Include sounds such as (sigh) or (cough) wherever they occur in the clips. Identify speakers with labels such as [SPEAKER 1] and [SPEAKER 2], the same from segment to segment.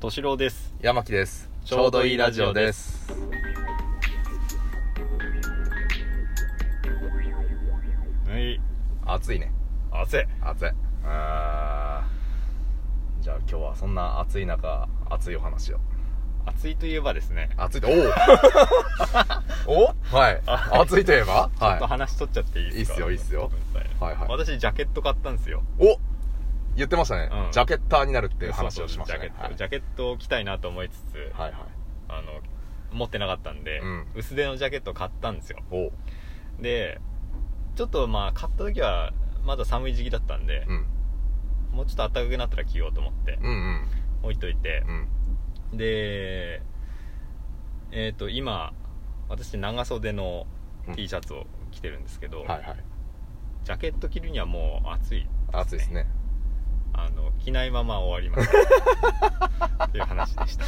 [SPEAKER 1] 敏郎です
[SPEAKER 2] 山木です
[SPEAKER 1] ちょうどいいラジオですはい
[SPEAKER 2] 暑いね
[SPEAKER 1] 汗
[SPEAKER 2] 暑いあーじゃあ今日はそんな暑い中暑いお話を
[SPEAKER 1] 暑いといえばですね
[SPEAKER 2] 暑いと
[SPEAKER 1] (laughs)
[SPEAKER 2] おおおはい
[SPEAKER 1] はい
[SPEAKER 2] 暑いといえば
[SPEAKER 1] ちょっと
[SPEAKER 2] は
[SPEAKER 1] 話取っちゃっていいですか
[SPEAKER 2] いいっすよいいっすよ
[SPEAKER 1] ごめんなさ
[SPEAKER 2] はいはい
[SPEAKER 1] 私ジャケット買ったんですよ
[SPEAKER 2] いお言ってましたね、
[SPEAKER 1] うん
[SPEAKER 2] ジャケッターになるっていう話をしました
[SPEAKER 1] そう
[SPEAKER 2] ね
[SPEAKER 1] そうそうジャケット、ジャケットを着たいなと思いつつ、
[SPEAKER 2] はい、はいはい
[SPEAKER 1] あの持ってなかったんで、
[SPEAKER 2] うん
[SPEAKER 1] 薄手のジャケットを買ったんですよ
[SPEAKER 2] お
[SPEAKER 1] でちょっとまあ買った時はまだ寒い時期だったんで
[SPEAKER 2] う、ん
[SPEAKER 1] もうちょっと暖かくなったら着ようと思って
[SPEAKER 2] うんうん
[SPEAKER 1] 置いといて
[SPEAKER 2] う、ん
[SPEAKER 1] でえっ、と今私長袖の
[SPEAKER 2] うん
[SPEAKER 1] T シャツを着てるんですけど、
[SPEAKER 2] はいはい
[SPEAKER 1] ジャケット着るにはもう暑い
[SPEAKER 2] 暑いですね
[SPEAKER 1] あの着ないまま終わりま
[SPEAKER 2] (laughs)
[SPEAKER 1] したっていう話でした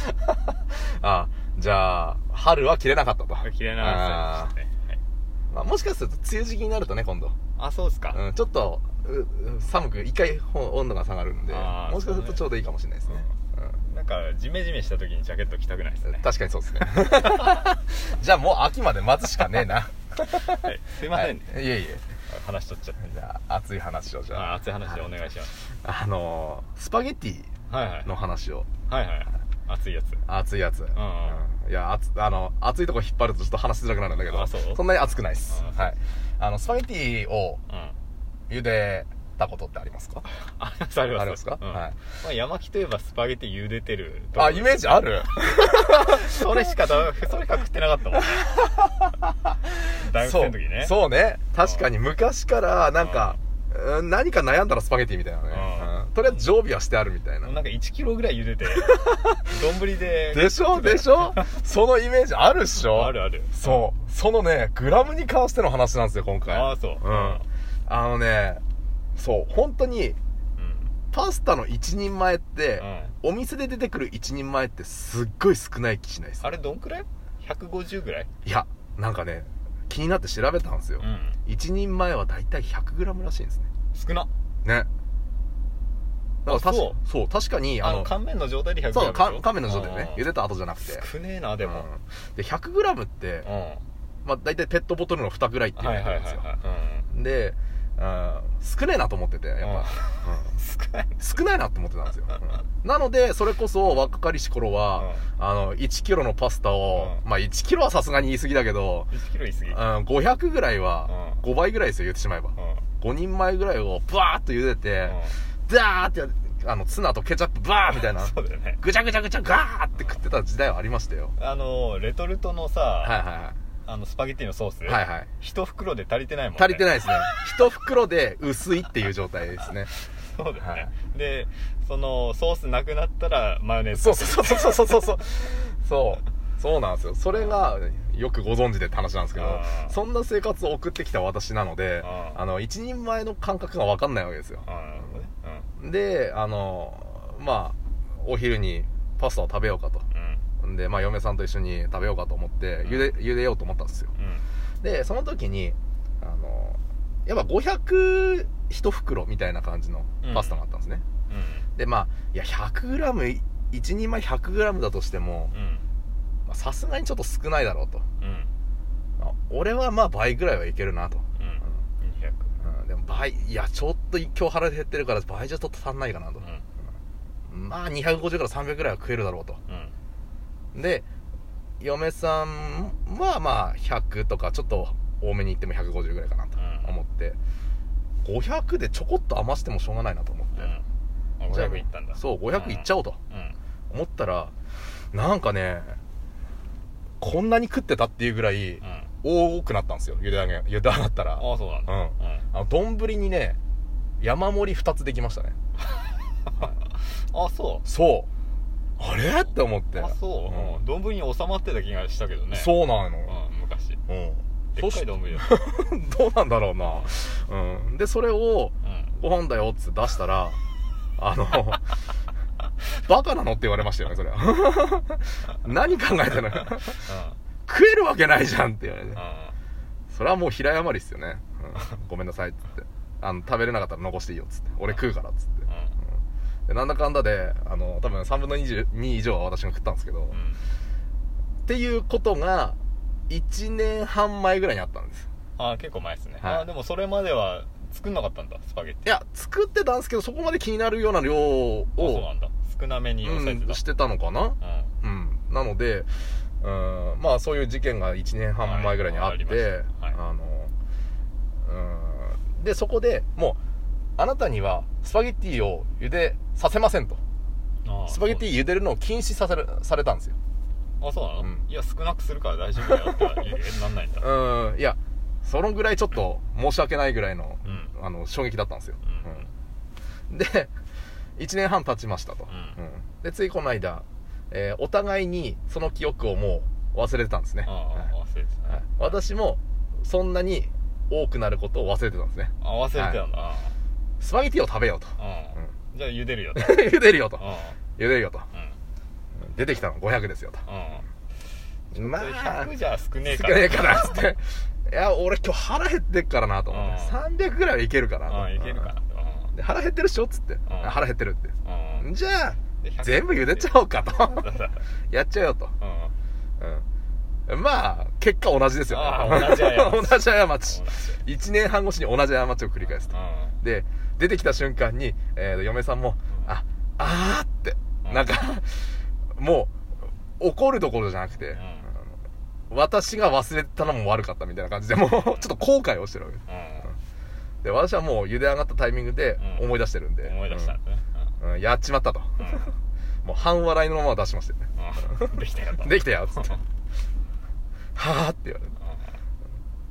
[SPEAKER 2] あじゃあ春は切れなかったと
[SPEAKER 1] 着れなさいでしたねはい
[SPEAKER 2] まあ、もしかすると梅雨時期になるとね今度、
[SPEAKER 1] あそうですか、
[SPEAKER 2] うん、ちょっとうう寒く一回ほ温度が下がるんで
[SPEAKER 1] あー
[SPEAKER 2] もしかするとちょうどいいかもしれないですね
[SPEAKER 1] なんかジメジメした時にジャケット着たくないです
[SPEAKER 2] うん
[SPEAKER 1] ね、
[SPEAKER 2] 確かにそうですね (laughs) じゃあもう秋まで待つしかねえな
[SPEAKER 1] (laughs) はい、すいませんね、
[SPEAKER 2] はい、いえいえ
[SPEAKER 1] 話取っちゃって
[SPEAKER 2] じゃあ熱い話をじ
[SPEAKER 1] あ
[SPEAKER 2] ゃあ
[SPEAKER 1] 熱い話でお願いします
[SPEAKER 2] あのースパゲッティ
[SPEAKER 1] はいはい
[SPEAKER 2] の話を
[SPEAKER 1] はいはい熱いやつ
[SPEAKER 2] 熱いやつ、うんいや熱あの熱いとこ引っ張るとちょっと話しづらくなるんだけど
[SPEAKER 1] あそうん
[SPEAKER 2] なに熱くないです
[SPEAKER 1] あそう
[SPEAKER 2] はいあのスパゲッティを
[SPEAKER 1] うん
[SPEAKER 2] 茹でたことってありますか
[SPEAKER 1] ありますあります
[SPEAKER 2] ありますか
[SPEAKER 1] うん
[SPEAKER 2] はい
[SPEAKER 1] まあ、山木といえばスパゲティ茹でてるとこ
[SPEAKER 2] あイメージある
[SPEAKER 1] それしかだそれしか食ってなかったもん大学生の時ね
[SPEAKER 2] そうそうね確かに昔からなんかうん何か悩んだらスパゲティみたいなね
[SPEAKER 1] うん
[SPEAKER 2] うんとりあえず常備はしてあるみたいな
[SPEAKER 1] なんか1キロぐらい茹
[SPEAKER 2] (laughs)
[SPEAKER 1] でて丼で
[SPEAKER 2] でしょでしょそのイメージあるっしょ
[SPEAKER 1] あるある
[SPEAKER 2] そうそのねグラムに関しての話なんですよ今回
[SPEAKER 1] ああそう
[SPEAKER 2] うんあのねそう本当に
[SPEAKER 1] うん
[SPEAKER 2] パスタの一人前って
[SPEAKER 1] うん
[SPEAKER 2] お店で出てくる一人前ってすっごい少ない気しないです
[SPEAKER 1] あれどんくらい ?150 ぐらい
[SPEAKER 2] いやなんかね気になって調べたんですよ
[SPEAKER 1] うん
[SPEAKER 2] 一人前はだいたい 100g らしいんですね
[SPEAKER 1] 少な
[SPEAKER 2] ねなんか
[SPEAKER 1] あ
[SPEAKER 2] たし
[SPEAKER 1] そう
[SPEAKER 2] そう確かに
[SPEAKER 1] あ
[SPEAKER 2] あ
[SPEAKER 1] の
[SPEAKER 2] の
[SPEAKER 1] 乾麺の状態で100グラ
[SPEAKER 2] そ
[SPEAKER 1] ム
[SPEAKER 2] う
[SPEAKER 1] でしょ
[SPEAKER 2] か亀の状態でね
[SPEAKER 1] うん
[SPEAKER 2] 茹でた後じゃなくて
[SPEAKER 1] 少ねえなでも
[SPEAKER 2] うんで 100g って
[SPEAKER 1] うん、
[SPEAKER 2] まあ、大体ペットボトルの蓋ぐらいっていう
[SPEAKER 1] は
[SPEAKER 2] こ
[SPEAKER 1] いはいはい
[SPEAKER 2] となんですよ
[SPEAKER 1] はい
[SPEAKER 2] で、うん、少ねえなと思っててやっぱ、
[SPEAKER 1] うん
[SPEAKER 2] うん
[SPEAKER 1] 少ない
[SPEAKER 2] 少ないなと思ってたんですよ、うんなのでそれこそ若かりし頃は、あの1キロのパスタを、
[SPEAKER 1] う
[SPEAKER 2] まあ1キロはさすがに言い過ぎだけど、
[SPEAKER 1] 1キロ言い過ぎ
[SPEAKER 2] う、
[SPEAKER 1] うんん
[SPEAKER 2] 500ぐらいは、5倍ぐらいですよ言ってしまえば、5人前ぐらいをブワーッと茹でて、ダーってやあのツナとケチャップバーみたいな
[SPEAKER 1] そうだよね
[SPEAKER 2] ぐちゃぐちゃぐちゃガーって食ってた時代はありましたよ
[SPEAKER 1] あのレトルトのさ、
[SPEAKER 2] はいは
[SPEAKER 1] あのスパゲティのソース、
[SPEAKER 2] いはいはいはい
[SPEAKER 1] 一袋で足りてないもん、ね、
[SPEAKER 2] 足りて
[SPEAKER 1] い
[SPEAKER 2] ないですね一袋で薄いっていう状態ですね
[SPEAKER 1] そうだよね、
[SPEAKER 2] はい
[SPEAKER 1] でそのソースなくなったらマヨネーズ
[SPEAKER 2] そうそうそうそうそうそうそうそうそうなんですよそれがよくご存知でって話なんですけど
[SPEAKER 1] あー
[SPEAKER 2] そんな生活を送ってきた私なので
[SPEAKER 1] あー
[SPEAKER 2] あの一人前の感覚が分かんないわけですよ
[SPEAKER 1] あーなるほどね
[SPEAKER 2] であのまあお昼にパスタを食べようかと
[SPEAKER 1] うん
[SPEAKER 2] んで、まあ、嫁さんと一緒に食べようかと思って
[SPEAKER 1] うん
[SPEAKER 2] 茹で茹でようと思ったんですよ
[SPEAKER 1] うんうん
[SPEAKER 2] でその時にあのやっぱ500一袋みたいな感じのパスタがあったんですね、でまあいや 100g 一人前 100g だとしても
[SPEAKER 1] うん
[SPEAKER 2] まあさすがにちょっと少ないだろうと、
[SPEAKER 1] うんうん
[SPEAKER 2] まあ俺はまあ倍ぐらいはいけるなと、
[SPEAKER 1] うん200
[SPEAKER 2] うんでも倍いやちょっと今日腹減ってるから倍じゃちょっと足んないかなと
[SPEAKER 1] う、ん
[SPEAKER 2] まあ250から300ぐらいは食えるだろうと
[SPEAKER 1] うん
[SPEAKER 2] で嫁さんはまあ100とかちょっと多めにいっても150ぐらいかなと
[SPEAKER 1] うん
[SPEAKER 2] 思って、500でちょこっと余してもしょうがないなと思って、
[SPEAKER 1] うん
[SPEAKER 2] じゃあ
[SPEAKER 1] 500いったんだ
[SPEAKER 2] そう500いっちゃおうと
[SPEAKER 1] うん
[SPEAKER 2] 思ったらなんかねこんなに食ってたっていうぐらい
[SPEAKER 1] うんあ
[SPEAKER 2] 多くなったんですよ茹で上げ茹で上がったら
[SPEAKER 1] あそうなんだ
[SPEAKER 2] うん
[SPEAKER 1] うん
[SPEAKER 2] あの丼にね山盛り2つできましたね
[SPEAKER 1] あそ
[SPEAKER 2] そうあれって思って
[SPEAKER 1] うあそう
[SPEAKER 2] うん
[SPEAKER 1] うん丼に収まってた気がしたけどねう
[SPEAKER 2] そうなの
[SPEAKER 1] ん昔
[SPEAKER 2] うん
[SPEAKER 1] で
[SPEAKER 2] そ
[SPEAKER 1] っ
[SPEAKER 2] し
[SPEAKER 1] かい丼だよ
[SPEAKER 2] (laughs) どうなんだろうなうんでそれを
[SPEAKER 1] うん
[SPEAKER 2] ご飯だよっつって出したらあの (laughs) バカなのって言われましたよねそれは (laughs) 何考えたの (laughs) 食えるわけないじゃんって言われて
[SPEAKER 1] うんうん
[SPEAKER 2] それはもう平謝りっすよね、
[SPEAKER 1] (laughs)
[SPEAKER 2] うんごめんなさいっつってあの食べれなかったら残していいよっつって俺食うからっつって、
[SPEAKER 1] う
[SPEAKER 2] でなんだかんだであの多分3分の22以上は私が食ったんですけ
[SPEAKER 1] う
[SPEAKER 2] ど、
[SPEAKER 1] ん
[SPEAKER 2] っていうことが1年半前ぐらいにあったんです
[SPEAKER 1] ああ結構前ですね、
[SPEAKER 2] はい
[SPEAKER 1] ああでもそれまでは作んなかったんだスパゲッ
[SPEAKER 2] い
[SPEAKER 1] ティ
[SPEAKER 2] や作ってたんですけどそこまで気になるような量を
[SPEAKER 1] あそうなんだ少なめに抑えて
[SPEAKER 2] うん、したてたのかな
[SPEAKER 1] うん、
[SPEAKER 2] うんなのでうんまあそういう事件が1年半前ぐらいにあ
[SPEAKER 1] はいあ
[SPEAKER 2] って、
[SPEAKER 1] りました
[SPEAKER 2] あのうんでそこでもうあなたにはスパゲッティを茹でさせませんと
[SPEAKER 1] ああ
[SPEAKER 2] スパゲッティ茹でるのを禁止させるされたんですよ
[SPEAKER 1] あそうなの、
[SPEAKER 2] うん
[SPEAKER 1] いや少なくするから大丈夫だよって言うえなんないんだ
[SPEAKER 2] (laughs) うんいやそのぐらいちょっと申し訳ないぐらいの
[SPEAKER 1] うんうん
[SPEAKER 2] あの衝撃だったんですよ、
[SPEAKER 1] うん
[SPEAKER 2] うんで1年半経ちましたと、
[SPEAKER 1] う
[SPEAKER 2] うんでついこの間、えーお互いにその記憶をもう忘れてたんですね、
[SPEAKER 1] ああ
[SPEAKER 2] はい
[SPEAKER 1] あ忘れてた
[SPEAKER 2] はい
[SPEAKER 1] ね
[SPEAKER 2] 私もそんなに多くなることを忘れてたんですね
[SPEAKER 1] あ忘れてたんだ、
[SPEAKER 2] スパゲティを食べようと (laughs)
[SPEAKER 1] ああうんじゃあ茹でるよと
[SPEAKER 2] 茹でるよと
[SPEAKER 1] う
[SPEAKER 2] 茹でるよと
[SPEAKER 1] んうん
[SPEAKER 2] 出てきたの500ですよ
[SPEAKER 1] うん
[SPEAKER 2] とま
[SPEAKER 1] 100じゃ少ねえ
[SPEAKER 2] 少
[SPEAKER 1] から
[SPEAKER 2] ねえからっつっていや俺今日腹減ってっからなと思って
[SPEAKER 1] うん
[SPEAKER 2] 300ぐらいはいけるかなと思っ
[SPEAKER 1] う
[SPEAKER 2] て
[SPEAKER 1] んいけるかな
[SPEAKER 2] うんで腹減ってるっしょっつって
[SPEAKER 1] ん
[SPEAKER 2] あ腹減ってるって
[SPEAKER 1] うんうん
[SPEAKER 2] じゃあ
[SPEAKER 1] で100
[SPEAKER 2] 全部茹でちゃおうかと
[SPEAKER 1] (laughs) そうだ
[SPEAKER 2] やっちゃうよと
[SPEAKER 1] うん
[SPEAKER 2] うんまあ結果同じですよ
[SPEAKER 1] あー同じ過ち
[SPEAKER 2] (laughs) 同じ
[SPEAKER 1] そ
[SPEAKER 2] 過ち
[SPEAKER 1] うだし
[SPEAKER 2] 1年半越しに同じ過ちを繰り返すと
[SPEAKER 1] う
[SPEAKER 2] で出てきた瞬間に、えー嫁さんも「
[SPEAKER 1] うん
[SPEAKER 2] ああー」って
[SPEAKER 1] うん
[SPEAKER 2] なんかもう怒るどころじゃなくて、
[SPEAKER 1] ん
[SPEAKER 2] あの私が忘れたのも悪かったみたいな感じでもうちょっと後悔をしてるわけ
[SPEAKER 1] ん
[SPEAKER 2] で私はもう茹で上がったタイミングで
[SPEAKER 1] うん
[SPEAKER 2] 思い出してるんで、
[SPEAKER 1] うん思い出したんだね
[SPEAKER 2] うん、うんやっちまったと、
[SPEAKER 1] うん
[SPEAKER 2] もう半笑いのまま出しましたよね
[SPEAKER 1] うんうんできたよと
[SPEAKER 2] できたよっ
[SPEAKER 1] (laughs)
[SPEAKER 2] つって
[SPEAKER 1] うん
[SPEAKER 2] 「はあ」って言われる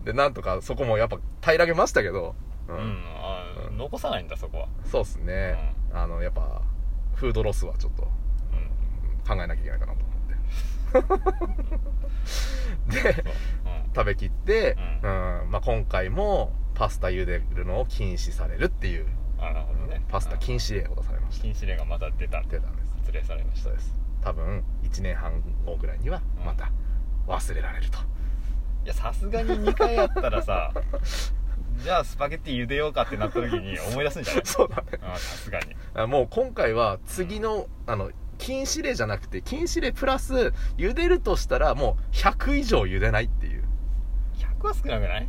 [SPEAKER 2] でなんとかそこもやっぱ平らげましたけど、う
[SPEAKER 1] うんんうんあ残さないんだそこは
[SPEAKER 2] そうっすね、あのやっぱフードロスはちょっと
[SPEAKER 1] うん
[SPEAKER 2] 考えなきゃいけないかなと思って (laughs) で
[SPEAKER 1] そううん
[SPEAKER 2] 食べきって、
[SPEAKER 1] う
[SPEAKER 2] うんまあ、今回もパスタ茹でるのを禁止されるっていう、
[SPEAKER 1] あなるほどね
[SPEAKER 2] パスタ禁止令を出されました
[SPEAKER 1] 禁止令がまた出た
[SPEAKER 2] 出たんです
[SPEAKER 1] 発令されました
[SPEAKER 2] そうです多分1年半後ぐらいにはまた忘れられると、 (laughs)
[SPEAKER 1] いやさすがに2回やったら (laughs) さじゃあスパゲッティ茹でようかってなった時に思い出すんじゃない
[SPEAKER 2] そうだね
[SPEAKER 1] あさすがに
[SPEAKER 2] あもう今回は次のあの禁止令じゃなくて禁止令プラス茹でるとしたらもう100以上茹でないっていう
[SPEAKER 1] 100は少なくない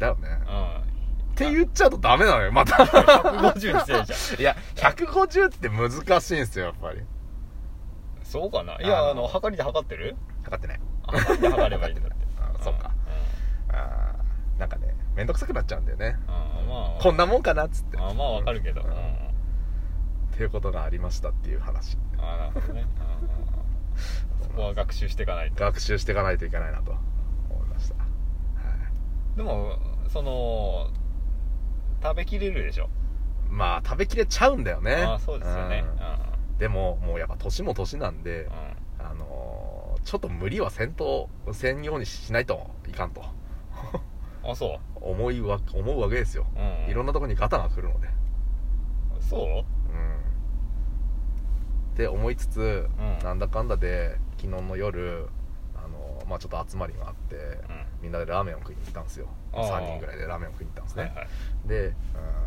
[SPEAKER 2] だよね
[SPEAKER 1] う
[SPEAKER 2] っ
[SPEAKER 1] ん
[SPEAKER 2] て言っちゃうとダメなのよまた
[SPEAKER 1] 150にしてるじゃん
[SPEAKER 2] いや、150って難しいんですよ、やっぱり。
[SPEAKER 1] そうかないやあ
[SPEAKER 2] あの
[SPEAKER 1] の測りで測ってる
[SPEAKER 2] 測ってない。
[SPEAKER 1] あ測りで測ればいいんだって
[SPEAKER 2] あそうかあーなんかね、めんどくさくなっちゃうんだよね。
[SPEAKER 1] うんうんまあ
[SPEAKER 2] こんなもんかなっつって。
[SPEAKER 1] あまあわかるけど
[SPEAKER 2] うん
[SPEAKER 1] うん
[SPEAKER 2] っていうことがありましたっていう話。
[SPEAKER 1] あなるほどねうんうんうんそこは学習していかないと
[SPEAKER 2] 学習していかないといけないなと思いました。はい
[SPEAKER 1] でもその食べきれるでしょ
[SPEAKER 2] まあ、食べきれちゃうんだよね。
[SPEAKER 1] あそうですよね
[SPEAKER 2] うんでも、もうやっぱ年も年なんで
[SPEAKER 1] うん、うん
[SPEAKER 2] あのーちょっと無理はせんと、せんようにしないといかんと
[SPEAKER 1] あそ
[SPEAKER 2] 思いわ、思うわけですよ。
[SPEAKER 1] ううん
[SPEAKER 2] いろんなとこにガタが来るので。
[SPEAKER 1] そう
[SPEAKER 2] うんって思いつつ、
[SPEAKER 1] うん
[SPEAKER 2] なんだかんだで昨日の夜あの、まあ、ちょっと集まりがあって、
[SPEAKER 1] う
[SPEAKER 2] みんなでラーメンを食いに行ったんですよ
[SPEAKER 1] あー
[SPEAKER 2] 3人ぐらいでラーメンを食いに行ったんです
[SPEAKER 1] ん
[SPEAKER 2] ね、
[SPEAKER 1] はいはい
[SPEAKER 2] でう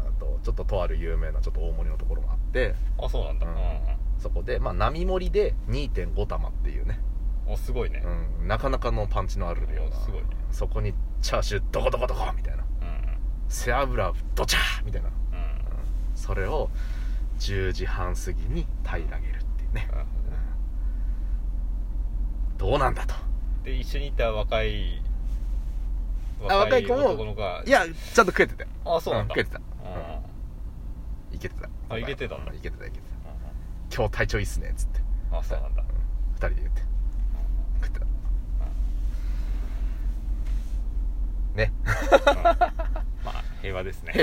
[SPEAKER 2] ーんとちょっととある有名なちょっと大盛りのところがあって
[SPEAKER 1] あそうなんだ
[SPEAKER 2] う
[SPEAKER 1] うんん
[SPEAKER 2] そこで、まあ、並盛りで2.5玉っていうね、
[SPEAKER 1] うんおすごいね
[SPEAKER 2] うん、なかなかのパンチのあるような
[SPEAKER 1] おすごいね
[SPEAKER 2] そこにチャーシュードコドコドコみたいな
[SPEAKER 1] うん
[SPEAKER 2] 背脂ドチャーみたいな
[SPEAKER 1] うんうん
[SPEAKER 2] それを10時半過ぎに平らげるっていうね
[SPEAKER 1] なるほどね
[SPEAKER 2] どうなんだと
[SPEAKER 1] で一緒にいた若い
[SPEAKER 2] あ若い子も
[SPEAKER 1] 男の子が
[SPEAKER 2] いやちゃんと食えてたよ
[SPEAKER 1] あそうなんだ
[SPEAKER 2] 食えてた
[SPEAKER 1] うん
[SPEAKER 2] いけてた
[SPEAKER 1] あいけてたんだ
[SPEAKER 2] ういけてたいけてた今日体調いいっすねっつって
[SPEAKER 1] うんあそうなんだ
[SPEAKER 2] 2人で言って食ってたね (laughs)
[SPEAKER 1] まあ平和ですね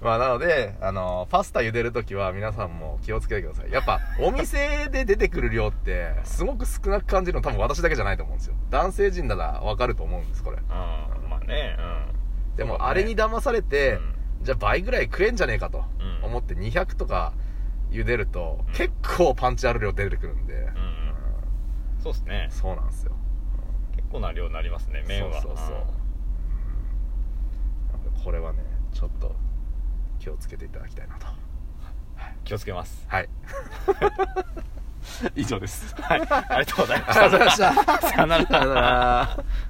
[SPEAKER 2] まあなのであのパスタ茹でる時は皆さんも気をつけてくださいやっぱお店で出てくる量ってすごく少なく感じるの多分私だけじゃないと思うんですよ男性陣ならわかると思うんですこれ
[SPEAKER 1] うんまあねうん
[SPEAKER 2] で
[SPEAKER 1] そう
[SPEAKER 2] も
[SPEAKER 1] だね
[SPEAKER 2] あれに騙されて、
[SPEAKER 1] うん
[SPEAKER 2] じゃあ倍ぐらい食えんじゃねえかと
[SPEAKER 1] うん
[SPEAKER 2] 思って200とか茹でると
[SPEAKER 1] うん
[SPEAKER 2] 結構パンチある量出てくるんで、
[SPEAKER 1] うんそうっすね
[SPEAKER 2] そうなんですよ
[SPEAKER 1] 結構な量になりますね麺は
[SPEAKER 2] そうそうそうこれはねちょっと気をつけていただきたいなと
[SPEAKER 1] 気をつけます
[SPEAKER 2] はい以上です
[SPEAKER 1] はいありがとうございまし
[SPEAKER 2] ありがとうござい (laughs)
[SPEAKER 1] た
[SPEAKER 2] ました
[SPEAKER 1] さよなら
[SPEAKER 2] さよなら